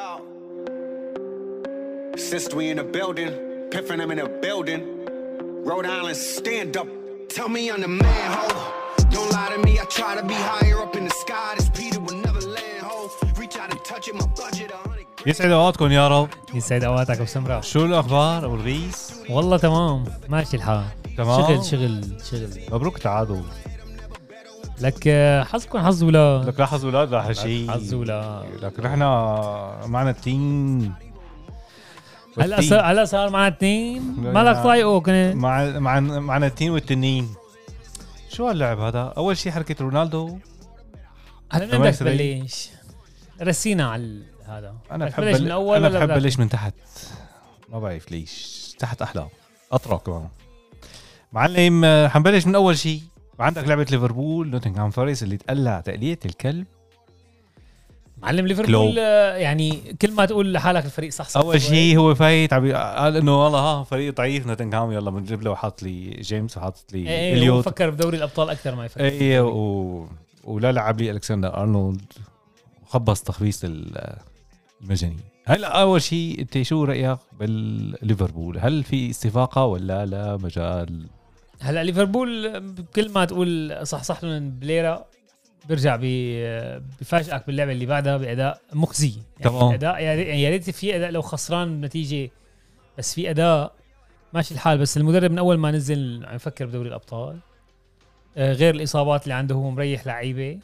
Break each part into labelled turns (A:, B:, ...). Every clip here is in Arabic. A: Y'all, since we in the building, piffing them in the building. Rhode Island, stand up. Tell me I'm the man, ho. Don't lie to me, I try to be higher up in the sky. This Peter will never land, ho. Reach out and touch it, my budget a hundred.
B: يسعد اوقاتكم يا رب
C: يسعد اوقاتك ابو سمراء
B: شو الاخبار ابو الريس
C: والله تمام ماشي الحال
B: تمام.
C: شغل شغل شغل
B: مبروك تعادل
C: لك آه، حظكم حظ ولا
B: لك لا حظ ولا لا هالشيء
C: حظ ولا
B: لك نحن معنا التيم
C: هلا صار هلا صار معنا اثنين
B: لا،
C: مالك
B: لا.
C: طايقه كنت
B: مع مع معنا التيم والتنين شو هاللعب هذا؟ أول شيء حركة رونالدو
C: هلا من
B: تمام،
C: بدك
B: سري.
C: تبلش رسينا على هذا
B: أنا
C: بدك
B: بحب
C: تبلش
B: بل-
C: من اول
B: أنا
C: ولا
B: بحب
C: بدك-
B: بلش من تحت ما بعرف ليش تحت أحلى أطرى كمان معلم آه، حنبلش من أول شيء عندك لعبة ليفربول نوتنغهام فورست اللي تقلع تقلية الكلب
C: معلم
B: كلوب.
C: ليفربول آه، يعني كل ما تقول لحالك الفريق صح صح
B: اول
C: شوي.
B: شيء هو فايت عم بي- قال انه والله ها فريق ضعيف نوتنغهام يلا بنجيب له وحاط لي جيمس وحاط
C: إيه،
B: لي
C: ايه هو
B: اليوت
C: فكر بدوري الابطال اكثر ما يفكر
B: اي و... ولا لعب لي الكسندر ارنولد وخبص تخبيص ال- المجانين هلا اول شيء انت شو رايك بالليفربول هل في استفاقه ولا لا مجال
C: هلا ليفربول كل ما تقول صح صح لهم بليرة بيرجع بي- بفاجئك باللعبه اللي بعدها باداء مخزي يعني
B: تمام.
C: اداء يا ريت- يا ريت في اداء لو خسران بنتيجه بس في اداء ماشي الحال بس المدرب من اول ما نزل عم يفكر بدوري الابطال آه، غير الاصابات اللي عنده هو مريح لعيبه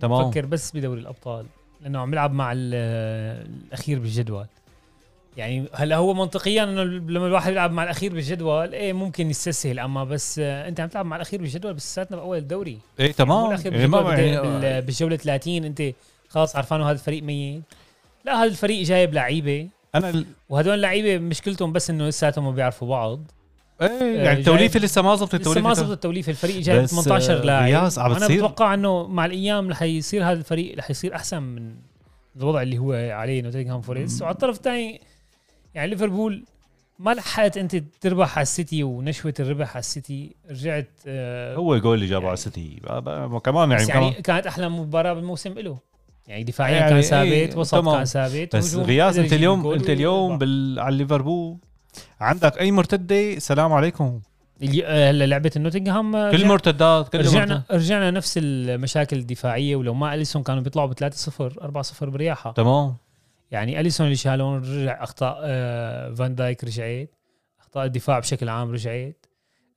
B: تمام
C: فكر بس بدوري الابطال لانه عم يلعب مع ال- الاخير بالجدول يعني هلا هو منطقيا انه لما الواحد يلعب مع الاخير بالجدول ايه ممكن يستسهل اما بس آه، انت عم تلعب مع الاخير بالجدول بس لساتنا باول دوري
B: اي
C: مو
B: تمام
C: الاخير
B: يعني ما
C: بالجدول
B: يعني-
C: بت- بال- بالجوله 30 انت خلاص عرفان هذا الفريق ميت لا هذا الفريق جايب لعيبه
B: انا ال-
C: وهدول اللعيبه مشكلتهم بس انه لساتهم ما بيعرفوا بعض
B: ايه
C: آه،
B: يعني التوليفه
C: جايب-
B: لسه ما زبطت
C: لسه
B: التوليفه
C: ما زبط التوليفه الفريق جايب
B: بس، آه،
C: 18 لاعب
B: رياض، عم
C: انا
B: بتصير-
C: بتوقع انه مع الايام رح يصير هذا الفريق رح يصير احسن من الوضع اللي هو عليه نوتنغهام فورست وعلى الطرف الثاني يعني ليفربول ما لحقت انت تربح على السيتي ونشوه الربح على السيتي رجعت آه
B: هو الجول اللي جابه
C: يعني-
B: على السيتي آه، بقى- كمان يعني
C: بس يعني
B: كمان
C: كانت احلى مباراه بالموسم له يعني دفاعيا
B: يعني
C: كان
B: إيه،
C: ثابت وسط
B: تمام.
C: كان ثابت
B: بس
C: هجوم
B: غياز
C: قدر
B: انت
C: يجيب
B: اليوم
C: الجول
B: انت اليوم
C: ويربح.
B: بال... على ليفربول عندك اي مرتده سلام عليكم
C: اللي- آه، هلا لعبه نوتنغهام آه،
B: كل
C: رجعت-
B: المرتدات كل
C: رجعنا
B: المرتدات.
C: رجعنا نفس المشاكل الدفاعيه ولو ما اليسون كانوا بيطلعوا ب 3 0 4 0 برياحه
B: تمام
C: يعني اليسون اللي شالون رجع اخطاء آه، فان دايك رجعت اخطاء الدفاع بشكل عام رجعت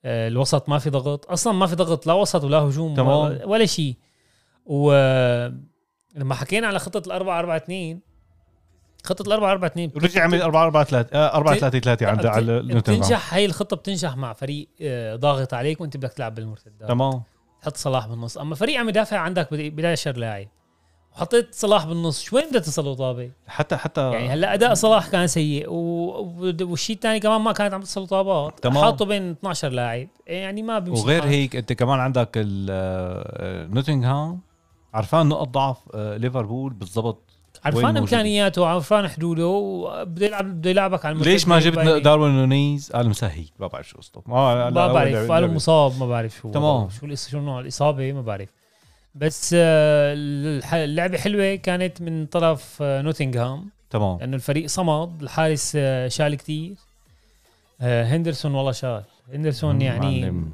C: آه، الوسط ما في ضغط اصلا ما في ضغط لا وسط ولا هجوم
B: تمام.
C: ولا- ولا شيء ولما حكينا على خطه الأربعة أربعة اثنين خطه الأربعة أربعة اثنين
B: رجع من 4 4 3 4 3 3 عند على نوتنغهام
C: بتنجح هاي الخطه بتنجح مع فريق آه، ضاغط عليك وانت بدك تلعب بالمرتدات
B: تمام
C: حط صلاح بالنص اما فريق عم يدافع عندك بد- بلا شر لاعب وحطيت صلاح بالنص شو وين بدها تصل طابه
B: حتى حتى
C: يعني هلا اداء صلاح كان سيء و... و- والشيء الثاني كمان ما كانت عم تصل طابات
B: تمام.
C: حاطه بين 12 لاعب يعني ما بيمشي
B: وغير
C: الحال.
B: هيك انت كمان عندك ال- آه، نوتنغهام عرفان نقط ضعف آه، ليفربول بالضبط
C: عرفان
B: وين موجودة؟
C: امكانياته عرفان حدوده وبده يلعب بده يلعبك على
B: ليش ما
C: المرتدة
B: جبت
C: وبعدين-
B: داروين نونيز قال مسهي ما بعرف شو قصته ما
C: ما بعرف قالوا مصاب ما بعرف شو
B: تمام.
C: شو الإص- شو نوع الاصابه ما بعرف بس آه، الح- اللعبه حلوه كانت من طرف آه، نوتنغهام
B: تمام
C: لانه الفريق صمد الحارس آه، شال كتير آه، هندرسون والله شال هندرسون يعني
B: معلم.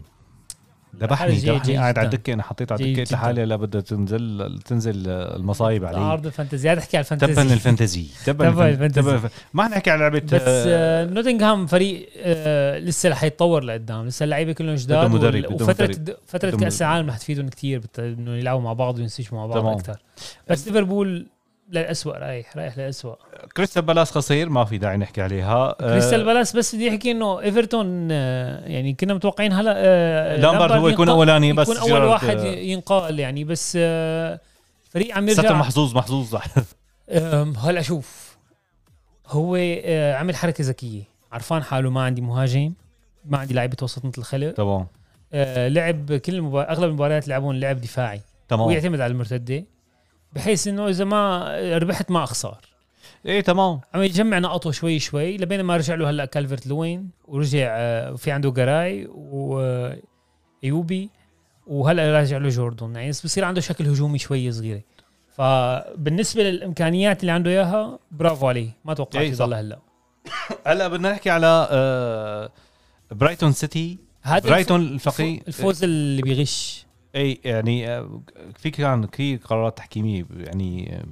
B: ذبحني
C: الحارس جيد
B: ذبحني
C: جدا.
B: قاعد على الدكه انا حطيت على
C: جيد
B: الدكه
C: جدا.
B: لحالي لا بدها تنزل تنزل المصايب علي
C: عرض الفانتزي هذا احكي على
B: تبا
C: الفانتزي
B: الفانتزي تبا
C: تبا
B: الفن- تبا
C: الفانتزي.
B: الفن- ما نحكي على لعبه
C: بس
B: آه،
C: آه، نوتنغهام فريق آه، لسه رح يتطور لقدام لسه اللعيبه كلهم جداد
B: بدهم مدرب،
C: وال-
B: بدهم
C: وفتره
B: مدرب.
C: فتره
B: بدهم
C: كاس
B: مدرب.
C: العالم رح تفيدهم كثير بت- انه يلعبوا مع بعض وينسجموا مع بعض
B: تمام.
C: اكثر بس ليفربول للأسوأ رايح رايح للأسوأ
B: كريستال بالاس خصير ما في داعي نحكي عليها آه،
C: كريستال بالاس بس بدي احكي انه ايفرتون آه، يعني كنا متوقعين هلا آه،
B: لامبارد هو يكون
C: ينقل-
B: اولاني بس
C: يكون اول
B: جيرارد،
C: واحد
B: آه،
C: ينقال يعني بس آه، فريق عم
B: لساته
C: يرجع
B: محظوظ محظوظ
C: أم، هلا شوف هو آه، عمل حركه ذكيه عرفان حاله ما عندي مهاجم ما عندي لعيبه وسط مثل الخلق
B: تمام
C: آه، لعب كل المبار... اغلب المباريات لعبون لعب دفاعي
B: تمام
C: ويعتمد على المرتده بحيث انه اذا ما ربحت ما اخسار
B: ايه تمام
C: عم يجمع نقطه شوي شوي لبين ما رجع له هلا كالفرت لوين ورجع آه، في عنده جراي آه، وايوبي وهلا راجع له جوردون يعني بصير عنده شكل هجومي شوي صغيره فبالنسبه للامكانيات اللي عنده اياها برافو عليه ما توقعت
B: إيه، صح.
C: يضل هلا
B: هلا بدنا نحكي على آه، برايتون سيتي
C: هذا
B: برايتون
C: الف-
B: الفقير
C: الفوز اللي بيغش
B: اي يعني آه، في كان كثير قرارات تحكيميه يعني آه،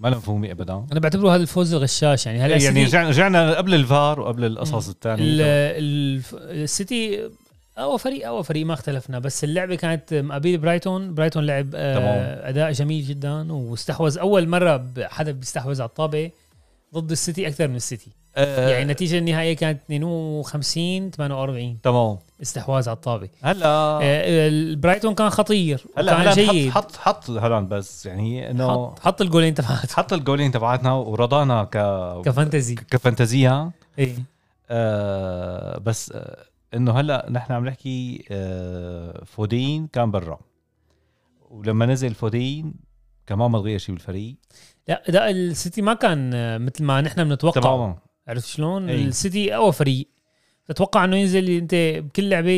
B: ما لها مفهومه ابدا
C: انا بعتبره هذا الفوز الغشاش يعني هلا
B: يعني
C: يعني
B: رجعنا رجعنا قبل الفار وقبل القصص الثانيه
C: السيتي اقوى فريق اقوى فريق ما اختلفنا بس اللعبه كانت مقابل برايتون برايتون لعب
B: تمام.
C: آه اداء جميل جدا واستحوذ اول مره ب- حدا بيستحوذ على الطابه ضد السيتي اكثر من السيتي
B: آه،
C: يعني النتيجه النهائيه كانت 52 48
B: تمام
C: استحواذ على الطابه
B: هلا
C: آه، البرايتون كان خطير
B: هلا
C: كان
B: هلا
C: جيد حط, آه.
B: حط حط حط هلان بس يعني انه
C: حط, حط الجولين تبعته
B: حط الجولين تبعتنا ورضانا ك
C: كفانتزي
B: كفانتازيا
C: ايه
B: آه بس آه انه هلا نحن عم نحكي آه فودين كان برا ولما نزل فودين كمان ما تغير شيء بالفريق
C: لا ده السيتي ما كان آه، مثل ما نحن بنتوقع
B: تماما
C: عرفت شلون؟
B: إيه.
C: السيتي اقوى فريق تتوقع انه ينزل انت بكل لعبه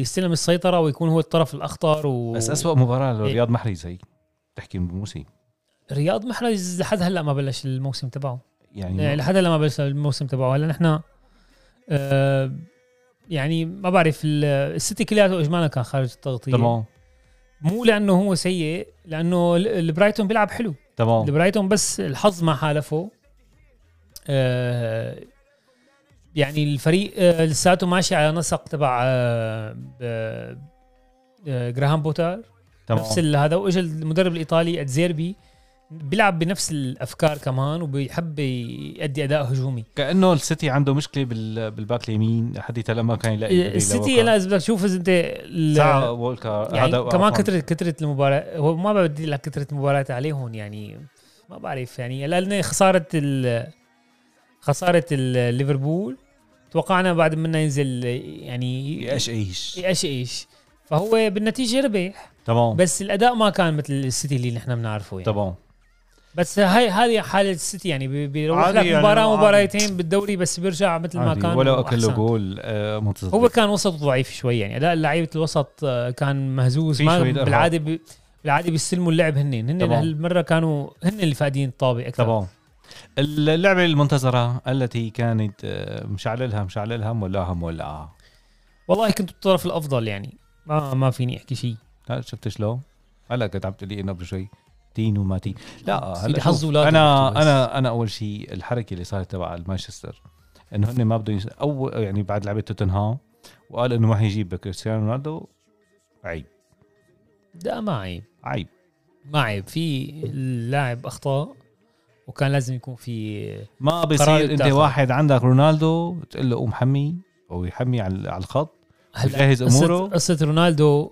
C: يستلم السيطره ويكون هو الطرف الاخطر و... إيه.
B: بس أسوأ مباراه لرياض محرز هي تحكي من موسي
C: رياض محرز لحد هلا ما بلش الموسم تبعه يعني
B: يعني
C: لحد هلا ما بلش الموسم تبعه هلا نحن آه يعني ما بعرف ال- السيتي كلياته اجمالا كان خارج التغطيه
B: تمام
C: مو لانه هو سيء لانه ال- البرايتون بيلعب حلو
B: تمام
C: البرايتون بس الحظ ما حالفه آه يعني الفريق آه لساته ماشي على نسق تبع آه آه آه، جراهام بوتر
B: تمام
C: نفس ال- هذا واجى المدرب الايطالي اتزيربي بيلعب بنفس الافكار كمان وبيحب يؤدي اداء هجومي
B: كانه السيتي عنده مشكله بال... بالباك اليمين حديث لما كان يلاقي بديل
C: إيه، السيتي
B: لوكا.
C: لا اذا بدك تشوف اذا انت ال-
B: ساعة وولكر
C: يعني
B: هذا
C: كمان
B: عفواً.
C: كثرة كثرة المباراة هو ما بدي لك كثرة المباريات عليهم يعني ما بعرف يعني لأن خسارة ال خسارة ال- ليفربول توقعنا بعد منا ينزل يعني
B: ايش ايش
C: ايش ايش فهو بالنتيجة ربح
B: تمام
C: بس الأداء ما كان مثل السيتي اللي نحن بنعرفه يعني
B: تمام
C: بس هاي هذه حالة السيتي يعني بي- بيروح
B: عادي
C: لك
B: يعني
C: مباراة
B: عادي.
C: مباراتين بالدوري بس بيرجع مثل ما
B: عادي.
C: كان
B: ولا اكله
C: وأحسن.
B: جول آه، منتصف
C: هو كان وسط ضعيف شوي يعني اداء لعيبه الوسط آه، كان مهزوز
B: في
C: ما
B: شوي إرهاق.
C: بالعاده ب... بالعاده بيستلموا اللعب هن هن
B: تمام.
C: هالمره كانوا هن اللي فاقدين الطابه اكثر
B: تمام اللعبة المنتظرة التي كانت آه، مشعللها مشعللها مولاها مولاها
C: والله كنت الطرف الافضل يعني ما ما فيني احكي شيء
B: لا شفت شلون؟ هلا كنت عم تقولي انه قبل شوي تين وما تين لا
C: سيدي
B: هلا
C: حظ
B: شوف،
C: ولادي بس.
B: انا انا انا اول شيء الحركة اللي صارت تبع المانشستر انه هن ما بدهم يس- او يعني بعد لعبة توتنهام وقال انه ما حيجيب كريستيانو رونالدو عيب
C: لا ما عيب
B: عيب
C: ما عيب في اللاعب اخطاء وكان لازم يكون في
B: ما
C: قرار
B: بصير انت
C: يتاخد.
B: واحد عندك رونالدو تقول له قوم حمي او يحمي على على الخط جهز
C: قصة-
B: أموره.
C: قصه رونالدو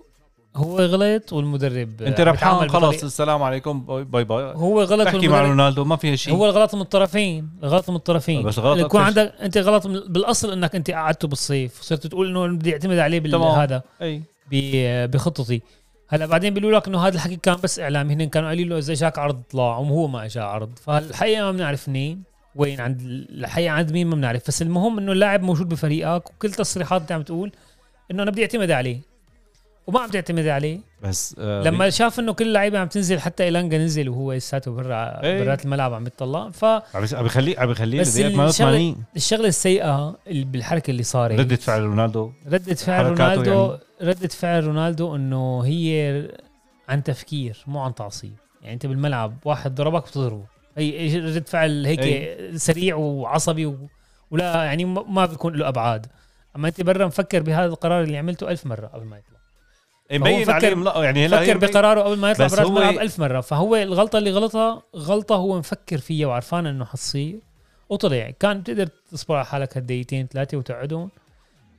C: هو غلط والمدرب
B: انت
C: عم
B: ربحان
C: يتعامل
B: خلص
C: بطريقة-
B: السلام عليكم باي باي, باي.
C: هو غلط
B: تحكي مع
C: والمدرب
B: رونالدو ما فيها شيء
C: هو الغلط من الطرفين الغلط من الطرفين
B: بس غلط
C: اللي يكون
B: أكثر
C: عندك انت غلط من- بالاصل انك انت قعدته بالصيف وصرت تقول انه بدي اعتمد عليه
B: تمام.
C: بالهذا
B: اي
C: ب- بخطتي هلا بعدين بيقولوا لك انه هذا الحكي كان بس اعلام هن كانوا قالوا له اذا اجاك عرض طلع وهو ما اجى عرض فالحقيقه ما بنعرف منين وين عند الحقيقه عند مين ما بنعرف بس المهم انه اللاعب موجود بفريقك وكل تصريحات انت عم تقول انه انا بدي اعتمد عليه وما عم تعتمد عليه
B: بس آه
C: لما شاف انه كل اللعيبه عم تنزل حتى ايلانجا نزل وهو لساته برا
B: إيه.
C: برات الملعب عم يتطلع ف
B: عم بيس- عم بخليه عم بخليه
C: بس
B: بدقيقة 88
C: الشغله السيئه اللي بالحركه اللي صارت
B: ردة فعل رونالدو
C: ردة فعل
B: حركاته
C: رونالدو
B: يعني.
C: يعني. ردة فعل رونالدو انه هي عن تفكير مو عن تعصيب يعني انت بالملعب واحد ضربك بتضربه هي ردة فعل هيك
B: أي.
C: سريع وعصبي و... ولا يعني ما ما بيكون له ابعاد اما انت برا مفكر بهذا القرار اللي عملته ألف مره قبل ما يطلع
B: إيه، مبين
C: فكر-
B: عليه لا يعني هلا
C: فكر
B: هي مبين-
C: بقراره قبل ما يطلع
B: بس
C: برات
B: هو-
C: الملعب ألف مرة فهو الغلطة اللي غلطها غلطة هو مفكر فيها وعرفان انه حتصير وطلع كان بتقدر تصبر على حالك هالدقيقتين ثلاثة وتقعدهم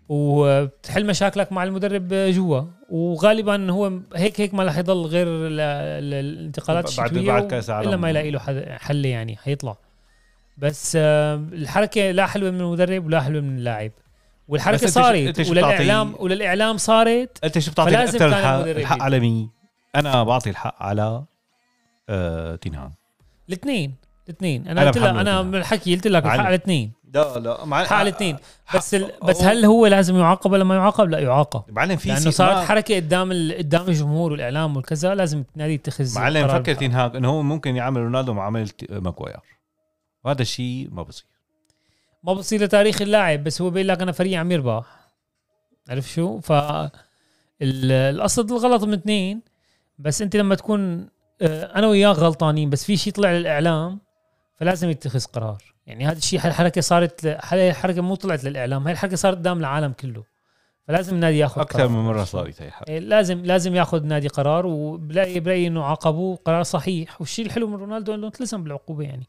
C: وبتحل مشاكلك مع المدرب جوا وغالبا هو هيك هيك ما رح يضل غير ال- ال- الانتقالات
B: بعد-
C: الشتوية
B: بعد كأس العالم.
C: الا ما يلاقي له حد- حل يعني حيطلع بس آه، الحركة لا حلوة من المدرب ولا حلوة من اللاعب
B: بس
C: والحركة
B: أنت شو- أنت
C: صارت
B: شو
C: وللاعلام
B: بتعطي-
C: وللاعلام صارت
B: انت شو بتعطي
C: فلازم
B: اكثر
C: كان
B: الحق,
C: المدرب
B: الحق
C: يجي.
B: على مين؟ انا بعطي الحق على آه تينهان
C: الاثنين الاثنين
B: أنا
C: انا قلت لك
B: محمد
C: انا
B: أنا.
C: بالحكي قلت لك الحق
B: علي.
C: على الاثنين
B: لا لا مع
C: حق الاثنين بس ال...
B: حق-
C: بس
B: هو-
C: هل هو لازم يعاقب ولا ما يعاقب؟ لا يعاقب
B: معلم في
C: لانه
B: سي-
C: صارت
B: ما-
C: حركه قدام ال... قدام الجمهور والاعلام والكذا لازم النادي يتخذ
B: معلم
C: قرار
B: فكر تين هاج انه هو ممكن يعمل رونالدو معامله ماكواير وهذا الشيء ما بصير
C: ما بتصير لتاريخ اللاعب بس هو بيقول لك انا فريقي عم يربح عرفت شو ف ال- القصد الغلط من اثنين بس انت لما تكون آه، انا وياك غلطانين بس في شيء طلع للاعلام فلازم يتخذ قرار يعني هذا الشيء هالحركه صارت ل- هاي الحركه مو طلعت للاعلام هاي الحركه صارت قدام العالم كله فلازم النادي ياخذ
B: اكثر
C: قرار.
B: من مره صارت هي الحركه
C: إيه، لازم لازم ياخذ نادي قرار وبلاقي برايي انه عاقبوه قرار صحيح والشيء الحلو من رونالدو انه التزم بالعقوبه يعني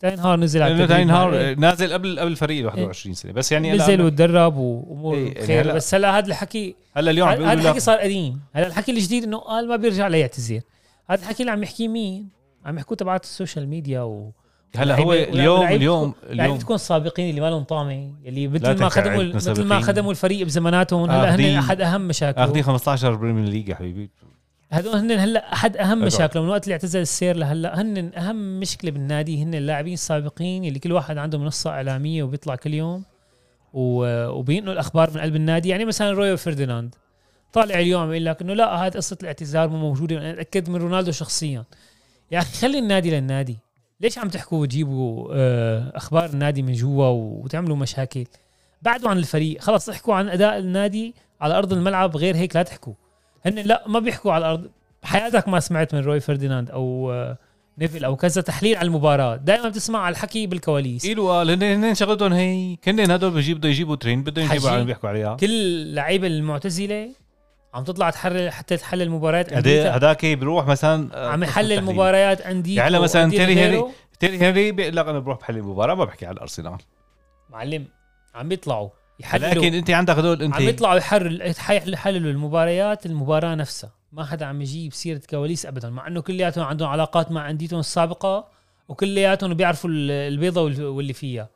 C: تاني نهار نزل على
B: لانه
C: التدريب
B: ثاني
C: مع إيه؟
B: نهار نازل قبل قبل الفريق ال 21 سنه بس يعني هلا
C: نزل وتدرب وامور
B: إيه، يعني
C: إيه خير
B: هلا-
C: بس هلا هذا الحكي
B: هلا اليوم عم
C: هذا
B: بيقولوا
C: الحكي
B: لك
C: صار قديم هلا الحكي الجديد انه قال ما بيرجع ليعتذر هذا الحكي اللي عم يحكيه مين عم يحكوه تبعات السوشيال ميديا و
B: هلا هو
C: لعيبة-
B: اليوم
C: لعيبة
B: اليوم
C: تكون- لعيبة
B: اليوم
C: تكون سابقين اللي ما لهم طعمه اللي
B: لا
C: مثل ما
B: تنكر
C: خدموا
B: عندنا
C: مثل ما
B: سابقين.
C: خدموا الفريق بزماناتهم هلا
B: آخذين-
C: هن احد اهم
B: اخذين
C: مشاكلهم
B: 15 بريمير ليج يا حبيبي
C: هدول هن هلا احد اهم
B: أقعد.
C: مشاكلهم من وقت اللي اعتزل السير لهلا هن اهم مشكله بالنادي هن اللاعبين السابقين اللي كل واحد عنده منصه اعلاميه وبيطلع كل يوم و- وبينقل الاخبار من قلب النادي يعني مثلا رويو فرديناند طالع اليوم يقول لك انه لا هذه قصه الاعتذار مو موجوده انا اتاكد من رونالدو شخصيا يا اخي خلي النادي للنادي ليش عم تحكوا وتجيبوا آه، اخبار النادي من جوا وتعملوا مشاكل بعدوا عن الفريق خلص احكوا عن اداء النادي على ارض الملعب غير هيك لا تحكوا هن لا ما بيحكوا على الارض بحياتك ما سمعت من روي فرديناند او آه، نيفل او كذا تحليل على المباراه دائما بتسمع على الحكي بالكواليس
B: الو قال هن هن شغلتهم هي كن هدول بيجيب بده يجيبوا ترين بدهم يجيبوا
C: حجي.
B: عم بيحكوا عليها
C: كل اللعيبه المعتزله عم تطلع تحرر حتى تحلل مباريات
B: هدي-
C: أنديتها.
B: هداك بيروح مثلا آه،
C: عم
B: قسم
C: يحلل
B: إيه تحليل.
C: مباريات انديه
B: يعني هلا مثلا
C: وأندية
B: تيري
C: غيره.
B: هنري تيري هنري بيقول لك انا بروح بحل المباراه ما بحكي على الارسنال
C: معلم عم بيطلعوا يحللوا
B: لكن انت عندك هدول انت
C: عم يطلعوا يحرر يحللوا المباريات المباراه نفسها ما حدا عم يجيب سيره كواليس ابدا مع انه كلياتهم عندهم علاقات مع انديتهم السابقه وكلياتهم بيعرفوا ال- البيضه وال- واللي فيها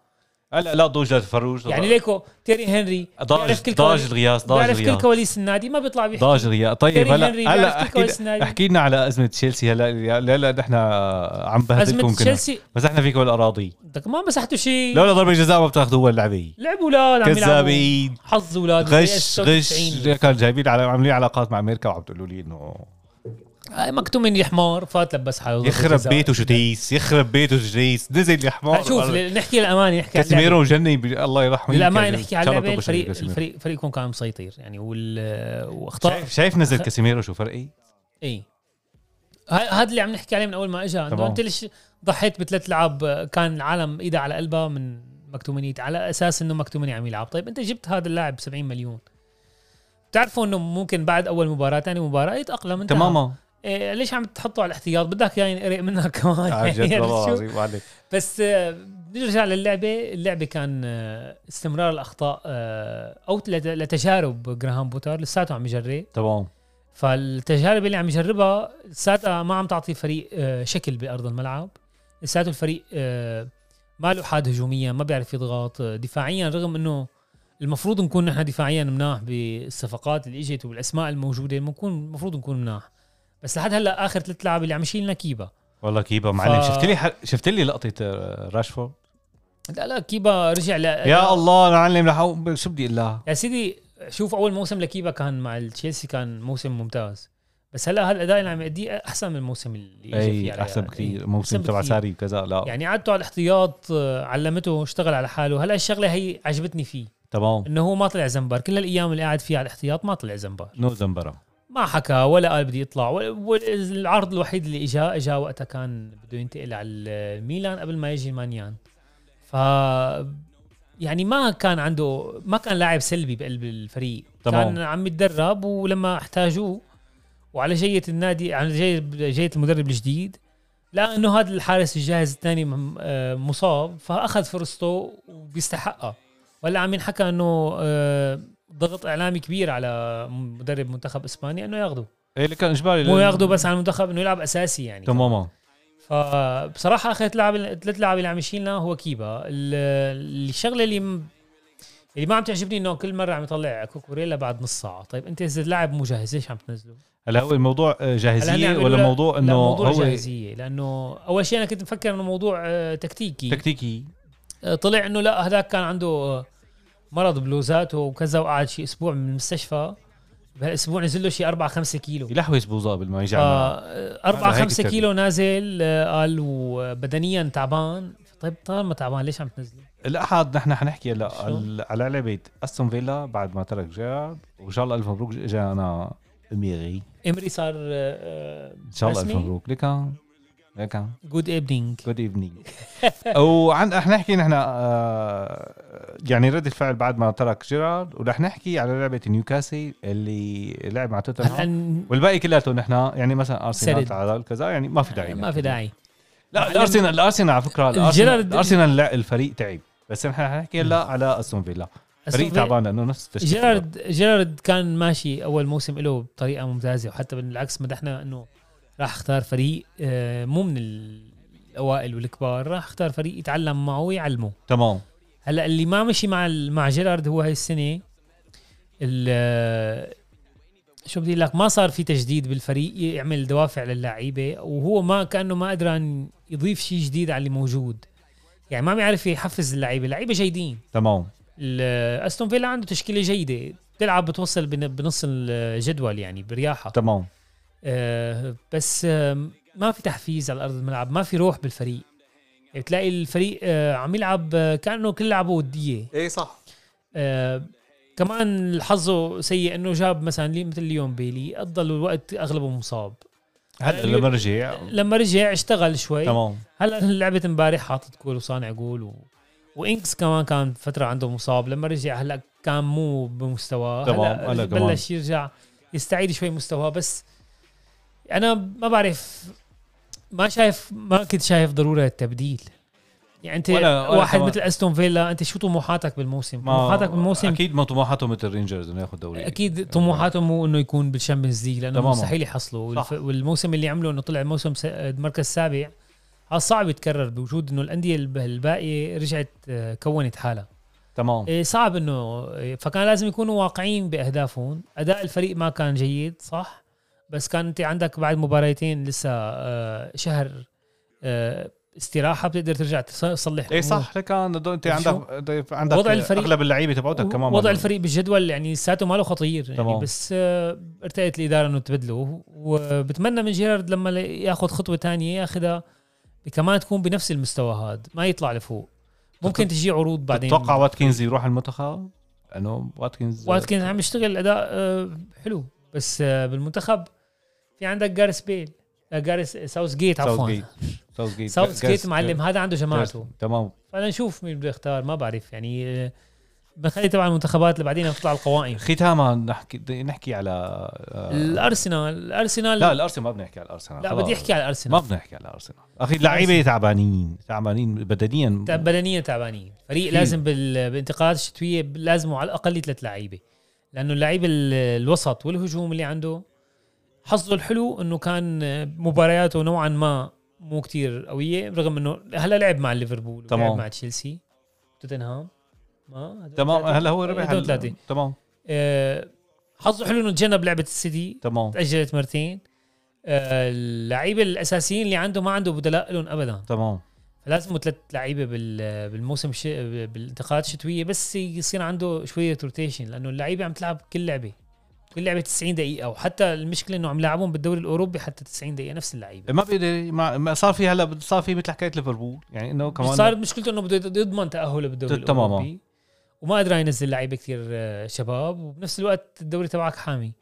B: هلا لا ضوج للفروج
C: يعني ليكو تيري هنري بيعرف
B: ضاج
C: كل
B: ضاج
C: كواليس
B: الغياس ضاج
C: بيعرف كل
B: الغياس
C: كواليس النادي ما بيطلع بيحكي
B: ضاج الغياس طيب
C: تيري
B: هلا
C: هنري بيعرف
B: هلا
C: كل كويس
B: احكي
C: نادي.
B: احكي لنا على ازمه تشيلسي هلا لا لا نحن آه، عم بهدلكم
C: ازمه
B: كنا
C: تشيلسي
B: مسحنا فيكم الاراضي
C: بدك ما مسحتوا شيء
B: لولا ضربه جزاء ما بتاخذوها اللعبه
C: لعبوا اولاد عم يلعبوا
B: كذابين
C: حظ اولاد
B: غش
C: 96.
B: غش كان جايبين على عاملين علاقات مع امريكا وعم تقولوا لي انه
C: آه، مكتوم من الحمار فات لبس حاله ضربة
B: يخرب
C: جزاء.
B: بيته شتيس يخرب بيته شتيس نزل يا حمار
C: لا، شوف ل- نحكي الامانه نحكي على اللعبة.
B: كاسيميرو جني بي- الله يرحمه
C: للامانه
B: يمكن.
C: نحكي على
B: إن شاء الله
C: اللعبه
B: بتضل شيء
C: الفريق
B: كاسيميرو.
C: الفريق فريقكم كان مسيطر يعني وال واخطاء
B: شايف شايف نزل كاسيميرو شو إيه؟ فرقي؟
C: اي هذا اللي عم نحكي عليه من اول ما اجى انه
B: تمام.
C: انت ليش ضحيت بثلاث لعب كان العالم ايدها على قلبها من مكتومينيت على اساس انه مكتوميني عم يلعب طيب انت جبت هذا اللاعب 70 مليون بتعرفوا انه ممكن بعد اول مباراه ثاني مباراه يتاقلم انت
B: تماما
C: إيه ليش عم تحطه على الاحتياط بدك يعني ينقرق منها كمان
B: عن آه، جد
C: يعني
B: والله
C: شو؟
B: العظيم وعليك
C: بس آه، نرجع للعبه اللعبه كان آه، استمرار الاخطاء آه، او لت- لتجارب جراهام بوتر لساته عم يجرب
B: تمام
C: فالتجارب اللي عم يجربها لساتها ما عم تعطي فريق آه، شكل بارض الملعب لساته الفريق آه، ما له حاد هجوميا ما بيعرف يضغط آه، دفاعيا رغم انه المفروض نكون نحن دفاعيا مناح بالصفقات اللي اجت وبالاسماء الموجوده بنكون المفروض نكون مناح بس لحد هلا اخر ثلاث لعب اللي عم يشيلنا كيبا
B: والله كيبا معلم
C: ف-
B: شفت لي حل... شفت لي لقطه آه، راشفورد
C: لا لا كيبا رجع ل...
B: يا الله أنا معلم رح أقوم- شو بدي اقول لها؟
C: يا سيدي شوف اول موسم لكيبا كان مع تشيلسي كان موسم ممتاز بس هلا هالاداء اللي عم يأديه احسن من الموسم اللي إجا فيه
B: اي
C: على
B: احسن
C: ريال.
B: بكثير
C: إيه،
B: موسم
C: أحسن
B: تبع
C: بكثير.
B: ساري وكذا لا
C: يعني قعدته على الاحتياط آه، علمته اشتغل على حاله هلا الشغله هي عجبتني فيه
B: تمام
C: انه هو ما طلع زنبر كل الايام اللي قاعد فيها على الاحتياط ما طلع زنبر
B: نو زنبرة
C: ما حكى ولا قال بدي يطلع ولا- والعرض الوحيد اللي اجا اجا وقتها كان بده ينتقل على الميلان قبل ما يجي المانيان ف يعني ما كان عنده ما كان لاعب سلبي بقلب الفريق
B: تمام.
C: كان عم يتدرب ولما احتاجوه وعلى جية النادي على جية, جية المدرب الجديد لقى انه هذا الحارس الجاهز الثاني م- آه، مصاب فاخذ فرصته وبيستحقها ولا عم ينحكى انه آه، ضغط اعلامي كبير على مدرب منتخب اسبانيا انه ياخده
B: اي إيه، اللي كان اجباري
C: مو
B: لل-
C: ياخده بس على المنتخب انه يلعب اساسي يعني
B: تماما
C: فبصراحه اخر لاعب الثلاث لاعب اللي عم يشيلنا هو كيبا ال- الشغله اللي م... اللي ما عم تعجبني انه كل مره عم يطلع كوكوريلا بعد نص ساعه طيب انت اذا اللاعب مو جاهز ليش عم تنزله
B: هلا هو الموضوع آه،
C: هلا هن
B: جاهزيه
C: عملوا
B: ولا
C: له-
B: موضوع
C: لا،
B: انه
C: موضوع
B: هو
C: جاهزيه لانه اول شيء انا كنت مفكر انه موضوع آه، تكتيكي
B: تكتيكي
C: آه، طلع انه لا هذاك كان عنده آه، مرض بلوزاته وكذا وقعد شي اسبوع من المستشفى بهالاسبوع نزل له شي 4 5 كيلو
B: يلحوس بوظه قبل ما يجي آه.
C: آه، أربعة
B: هذا هيك
C: خمسة
B: التربية.
C: كيلو نازل آه، قال وبدنيا تعبان طيب طالما تعبان ليش عم تنزله؟
B: الاحد نحن حنحكي هلا
C: شو؟
B: ال- على لعبه استون فيلا بعد ما ترك جاد وان شاء الله الف مبروك اجانا اميري
C: امري صار آه،
B: ان شاء الله الف
C: رسمي؟
B: مبروك لكن لكن
C: جود ايفنينج
B: جود ايفنينج وعن رح نحكي نحن آه، يعني رد الفعل بعد ما ترك جيرارد ورح نحكي على لعبه نيوكاسل اللي لعب مع توتنهام
C: هلا
B: والباقي كلياته نحن يعني مثلا ارسنال
C: سرد.
B: تعال كذا يعني ما في داعي
C: ما في داعي
B: لا الارسنال الارسنال على فكره الارسنال
C: جيرارد-
B: الارسنال لا الفريق تعب بس نحن حنحكي هلا على استون فيلا فريق
C: أصلاً
B: تعبان لانه نفس التشكيل
C: جيرارد جيرارد كان ماشي اول موسم له بطريقه ممتازه وحتى بالعكس مدحنا انه راح اختار فريق آه، مو من الاوائل والكبار راح اختار فريق يتعلم معه ويعلمه
B: تمام
C: هلا اللي ما مشي مع ال- مع جيرارد هو هاي السنه ال شو بدي أقول لك ما صار في تجديد بالفريق يعمل دوافع للعيبه وهو ما كانه ما قدران يضيف شيء جديد على اللي موجود يعني ما بيعرف يحفز اللعيبه اللعيبه جيدين
B: تمام
C: ال- استون فيلا عنده تشكيله جيده بتلعب بتوصل بن- بنص الجدول يعني برياحه
B: تمام
C: آه، بس آه، ما في تحفيز على ارض الملعب ما في روح بالفريق يعني بتلاقي الفريق آه، عم يلعب آه، كانه كل لعبه وديه
B: ايه صح
C: آه، كمان حظه سيء انه جاب مثلا لي مثل اليوم بيلي قضى الوقت اغلبه مصاب
B: هلا لما رجع
C: لما رجع اشتغل شوي
B: تمام
C: هلا لعبه امبارح حاطط جول وصانع جول و... وانكس كمان كان فتره عنده مصاب لما رجع هلا كان مو بمستواه
B: تمام،
C: هلا
B: هلا كمان.
C: بلش يرجع يستعيد شوي مستواه بس انا ما بعرف ما شايف ما كنت شايف ضروره التبديل يعني انت
B: ولا- ولا
C: واحد
B: كمان.
C: مثل استون فيلا انت شو طموحاتك بالموسم؟
B: ما-
C: طموحاتك بالموسم اكيد,
B: اكيد ما طموحاته مثل رينجرز انه ياخذ دوري
C: أكيد طموحاتهم مو انه يكون بالشامبيونز ليج لانه
B: تماما.
C: مستحيل يحصلوا
B: صح.
C: والف... والموسم اللي عمله انه طلع موسم س... مركز سابع هذا صعب يتكرر بوجود انه الانديه الب- الباقيه رجعت آه، كونت حالها
B: تمام
C: إيه، صعب انه إيه، فكان لازم يكونوا واقعيين باهدافهم اداء الفريق ما كان جيد صح بس كان انت عندك بعد مباريتين لسه آه، شهر آه، استراحه بتقدر ترجع تص- تصلح
B: ايه
C: الأمور.
B: صح كان انت
C: شو؟
B: عندك عندك
C: وضع الفريق-
B: اغلب اللعيبه تبعتك كمان
C: وضع
B: مرة.
C: الفريق بالجدول يعني لساته ماله خطير يعني
B: تمام.
C: تمام. بس آه، ارتأت الاداره انه تبدله وبتمنى من جيرارد لما ل- ياخذ خطوه تانية ياخذها كمان تكون بنفس المستوى هذا ما يطلع لفوق ممكن تجي عروض بعدين
B: تتوقع واتكنز يروح المنتخب؟ لانه واتكنز
C: واتكنز عم يشتغل اداء آه، حلو بس آه، بالمنتخب في عندك جارس بيل آه، جارس ساوث جيت عفوا
B: ساوث جيت
C: ساوث جيت معلم هذا عنده جماعته
B: تمام
C: فانا نشوف مين بده يختار ما بعرف يعني آه، بنخلي تبع المنتخبات اللي بعدين تطلع القوائم
B: ختاما نحكي بدي نحكي على آه،
C: الارسنال الارسنال
B: لا الارسنال ما بنحكي على الارسنال
C: لا
B: خلاص.
C: بدي احكي على الارسنال
B: ما بنحكي على الارسنال اخي اللعيبه تعبانين تعبانين بدنيا
C: تع- بدنيا تعبانين فريق
B: كثير.
C: لازم بال... بالانتقالات الشتويه لازمه على الاقل ثلاث لعيبه لانه اللعيب ال- الوسط والهجوم اللي عنده حظه الحلو انه كان مبارياته نوعا ما مو كتير قويه رغم انه هلا لعب مع ليفربول
B: تمام.
C: ولعب مع تشيلسي توتنهام ما هدول
B: تمام
C: ثلاثة.
B: هلا هو ربح
C: هدول
B: ال-
C: ثلاثه
B: تمام
C: آه، حظه حلو انه تجنب لعبه السيتي
B: تمام
C: تاجلت مرتين آه، اللعيبه الاساسيين اللي عنده ما عنده بدلاء لهم ابدا
B: تمام
C: فلازم ثلاث لعيبه بال- بالموسم الش... بالانتقالات الشتويه بس يصير عنده شويه روتيشن لانه اللعيبه عم تلعب كل لعبه كل لعبه 90 دقيقه وحتى المشكله انه عم لاعبهم بالدوري الاوروبي حتى 90 دقيقه نفس اللعيبه
B: ما بيقدر ما- ما صار في هلا صار في مثل حكايه ليفربول يعني انه كمان
C: صار مشكلته انه بده يض- يضمن تاهله بالدوري
B: تماما.
C: الاوروبي وما قدر ينزل لعيبه كثير آه، شباب وبنفس الوقت الدوري تبعك حامي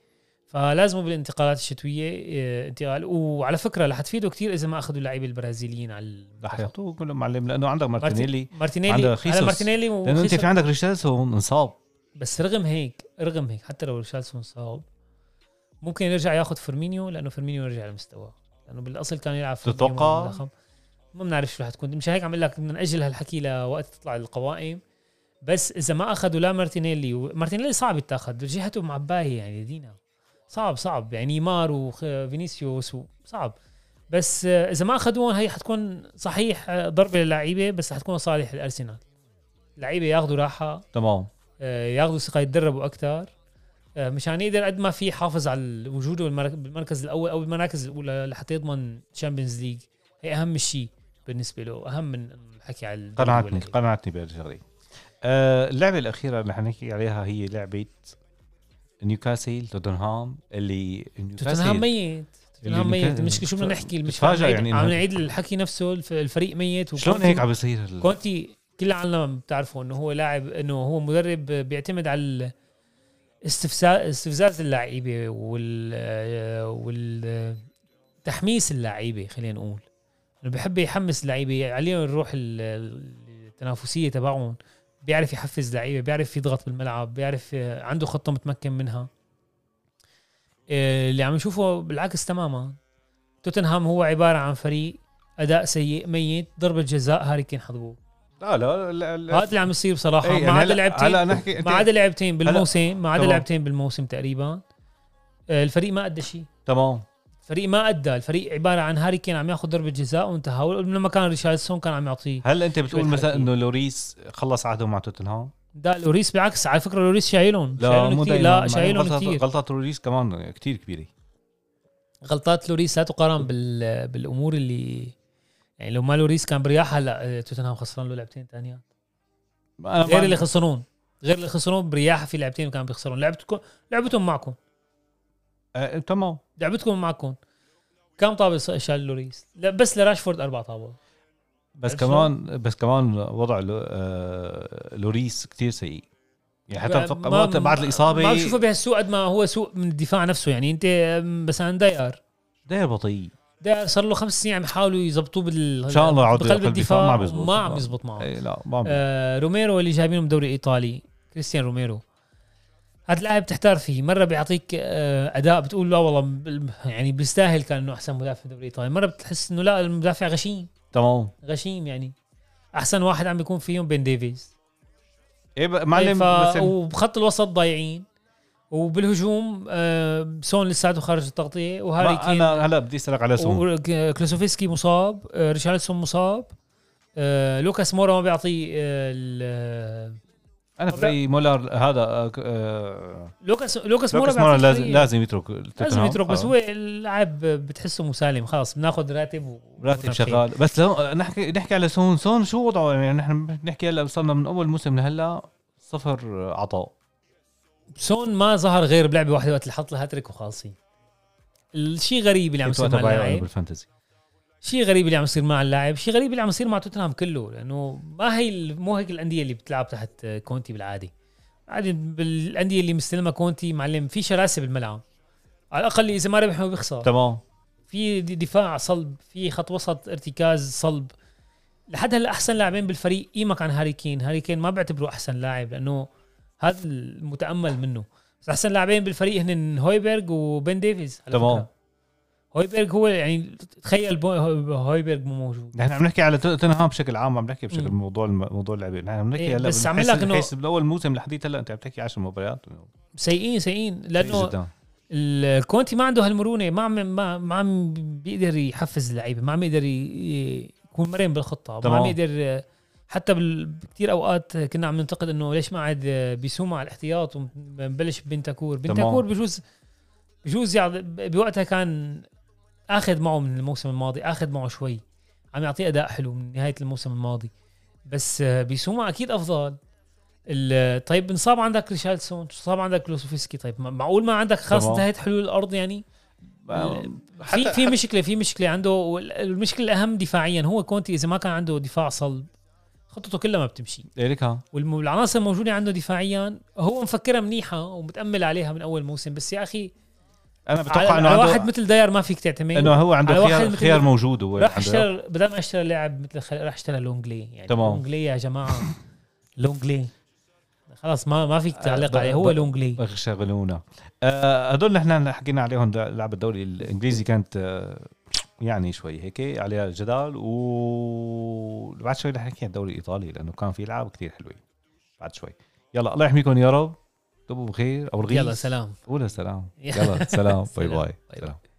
C: فلازم بالانتقالات الشتويه آه، انتقال وعلى فكره رح تفيده كثير اذا ما اخذوا اللعيبه البرازيليين على
B: رح
C: المنتخب.
B: يحطوه كلهم معلم لانه عندك مارتينيلي عنده
C: مارتينيلي
B: خيسوس.
C: هلا مارتينيلي
B: لانه انت
C: وخيسوس-
B: في عندك ريشارلسون انصاب
C: بس رغم هيك رغم هيك حتى لو ريشارلسون صاب ممكن يرجع ياخذ فيرمينيو لانه فيرمينيو يرجع لمستواه لانه بالاصل كان يلعب فيرمينيو مع
B: تتوقع؟
C: المنتخب. ما بنعرف شو رح تكون مش هيك عم اقول لك بدنا ناجل هالحكي لوقت تطلع القوائم بس اذا ما اخذوا لا مارتينيلي و- مارتينيلي صعب يتاخذ جهته معبايه يعني دينا صعب صعب يعني نيمار وفينيسيوس و- صعب بس آه، اذا ما اخذوهم هي حتكون صحيح آه، ضربه للعيبه بس حتكون صالح الارسنال لعيبه ياخذوا راحه
B: تمام
C: آه، ياخذوا ثقه يتدربوا اكثر آه، مشان يقدر قد ما في يحافظ على وجوده بالمرك- بالمركز الاول او بالمراكز الاولى لحتى يضمن تشامبيونز ليج هي اهم شيء بالنسبه له اهم من الحكي على الدوري
B: قنعتني
C: ولا غيره.
B: قنعتني بهذه الشغله آه اللعبه الاخيره اللي حنحكي عليها هي لعبه نيوكاسل توتنهام اللي
C: توتنهام ميت توتنهام
B: اللي
C: ميت
B: كان-
C: المشكله شو بدنا نحكي المشكله عم
B: تتفاجأ
C: نعيد-
B: يعني
C: عم
B: إنه-
C: نعيد الحكي نفسه الف- الفريق ميت
B: شلون
C: وكونتي-
B: هيك عم بيصير ال-
C: كونتي كل العالم بتعرفه انه هو لاعب انه هو مدرب بيعتمد على استفزاز استفزاز اللعيبه وال وال تحميس اللعيبه خلينا نقول انه بحب يحمس اللعيبه عليهم الروح ال- التنافسيه تبعهم بيعرف يحفز لعيبه بيعرف يضغط بالملعب بيعرف عنده خطه متمكن منها اللي عم نشوفه بالعكس تماما توتنهام هو عباره عن فريق اداء سيء ميت ضربه جزاء هاري كين حضبوه
B: لا لا, لا,
C: هذا
B: لا
C: اللي عم يصير بصراحه
B: إيه،
C: ما عدا
B: هلا- هلا
C: لعبتين
B: نحكي
C: ما عدا لعبتين بالموسم ما عدا
B: تمام.
C: لعبتين بالموسم تقريبا آه، الفريق ما ادى شيء
B: تمام
C: الفريق ما ادى الفريق عباره عن هاري كين عم ياخذ ضربه جزاء وانتهى لما كان ريشاردسون كان عم يعطيه
B: هل انت بتقول
C: شوي
B: مثلا
C: حكي.
B: انه لوريس خلص عهده مع توتنهام؟
C: ده لوريس بالعكس على فكره لوريس شايلهم شايلهم كتير.
B: دايماً.
C: لا
B: مع إنه
C: شايلهم
B: غلطة-
C: كثير
B: غلطة لوريس كمان كتير كبيرة
C: غلطات لوريس لا تقارن بال... بالامور اللي يعني لو ما لوريس كان برياح هلا آه، توتنهام خسران له لعبتين ثانيات
B: أنا
C: غير
B: ما-
C: اللي خسرون غير اللي خسرون برياح في لعبتين كانوا بيخسرون لعبتكم لعبتهم معكم
B: آه، تمام
C: لعبتكم معكم كم طابه ص- شال لوريس لا بس لراشفورد اربع طابات
B: بس
C: عرفت
B: كمان بس كمان وضع لو- آه، لوريس كتير سيء يعني حتى فق- وقت بعد الإصابة
C: ما بشوفه بهالسوء قد ما هو سوء من الدفاع نفسه يعني انت أم، بس عن داير
B: داير بطيء
C: داير صار له خمس سنين عم يحاولوا يظبطوه بال
B: إن شاء الله يعود
C: بقلب
B: لقلب الدفاع، ما عم يزبط.
C: ما عم يزبط معه
B: إيه، لا ما عم-
C: آه روميرو اللي جايبينه من الدوري الايطالي كريستيان روميرو هذا اللاعب بتحتار فيه مره بيعطيك آه اداء بتقول لا والله بال- يعني بيستاهل كان انه احسن مدافع بالدوري الايطالي مره بتحس انه لا المدافع غشيم
B: تمام
C: غشيم يعني احسن واحد عم بيكون فيهم بين ديفيز
B: ايه ب- معلم
C: ف...
B: مثلا
C: وبخط الوسط ضايعين وبالهجوم آه سون لساته خارج التغطيه وهاري
B: ما-
C: كين
B: انا هلا بدي اسالك على سون
C: كلوسوفسكي مصاب آه، ريشارلسون مصاب آه، لوكاس مورا ما بيعطي آه، ال-
B: انا في رايي مولر هذا آه، ك- آه،
C: لوكاس لوكاس مورا
B: لوكاس مولر
C: بيعطيك
B: لازم
C: فريق.
B: لازم يترك
C: لازم
B: توتنهام.
C: يترك بس
B: آه.
C: هو اللاعب بتحسه مسالم خلاص بناخذ راتب و...
B: راتب شغال بس لو نحكي نحكي على سون سون شو وضعه يعني نحن نحكي هلا وصلنا من اول موسم لهلا صفر عطاء
C: سون ما ظهر غير بلعبه واحده وقت اللي حط لها هاتريك وخالصين الشيء غريب اللي عم
B: كنت
C: يصير
B: وقتها
C: مع
B: بايعه
C: اللاعب
B: بالفانتزي
C: شيء غريب اللي عم يصير مع اللاعب شيء غريب اللي عم يصير مع توتنهام كله لانه ما هي ال- مو هيك الانديه اللي بتلعب تحت كونتي بالعاده عادي بالانديه اللي مستلمها كونتي معلم في شراسه بالملعب على الاقل اذا ما ربح ما بيخسر
B: تمام
C: في د- دفاع صلب في خط وسط ارتكاز صلب لحد هلا احسن لاعبين بالفريق قيمك عن هاري كين هاري كين ما بعتبره احسن لاعب لانه هذا المتامل منه بس احسن لاعبين بالفريق هن هويبرغ وبن ديفيز على
B: تمام.
C: فكرة. هويبرغ هو يعني تخيل بو- هويبرغ مو موجود
B: نحن عم نحكي على توتنهام بشكل عام عم نحكي بشكل
C: مم.
B: موضوع الم- موضوع اللعبه نحن عم نحكي
C: إيه،
B: هلا
C: بس عم
B: بنحس-
C: لك إنه-
B: بنحس من اول موسم لحديت هلا انت عم تحكي 10 مباريات إنه
C: سيئين سيئين
B: سيء
C: لانه
B: جدا
C: ال- كونتي ما عنده هالمرونه ما عم ما, ما عم بيقدر يحفز اللعيبه ما عم يقدر ي- يكون مرن بالخطه ما
B: تمام.
C: عم يقدر حتى بال- بكتير اوقات كنا عم ننتقد انه ليش ما عاد بيسوم على الاحتياط ومبلش بنتاكور بنتاكور بجوز بجوز يعني بوقتها كان اخذ معه من الموسم الماضي اخذ معه شوي عم يعطيه اداء حلو من نهايه الموسم الماضي بس آه، بيسوما اكيد افضل ال- طيب انصاب عندك ريشالسون انصاب عندك كلوسوفسكي طيب ما- معقول ما عندك خلاص
B: تمام.
C: انتهت حلول الارض يعني في في مشكله في مشكله عنده وال- المشكله الاهم دفاعيا هو كونتي اذا ما كان عنده دفاع صلب خطته كلها ما بتمشي
B: إيه لك ها
C: والم- والعناصر الموجوده عنده دفاعيا هو مفكرها منيحه ومتامل عليها من اول موسم بس يا اخي
B: انا
C: على,
B: بتوقع انه
C: على واحد
B: عنده
C: مثل داير ما فيك تعتمد
B: انه هو عنده
C: على واحد
B: خيار
C: مثل-
B: خيار موجود هو
C: راح
B: عنده.
C: اشترى بدل ما اشترى لاعب مثل خل... راح اشترى لونجلي يعني
B: تمام.
C: لونجلي يا جماعه لونجلي خلاص ما ما فيك تعليق
B: ب-
C: عليه هو
B: آه، ب-
C: لونجلي
B: شغلونا آه، هدول نحن حكينا عليهم دا- لعب الدوري الانجليزي كانت آه، يعني شوي هيك عليها جدال و بعد شوي رح نحكي عن الدوري الايطالي لانه كان في لعب كتير حلوه بعد شوي يلا الله يحميكم يا رب تبقوا بخير او الغيث
C: يلا سلام
B: قولها سلام يلا سلام باي باي
C: باي باي.
B: سلام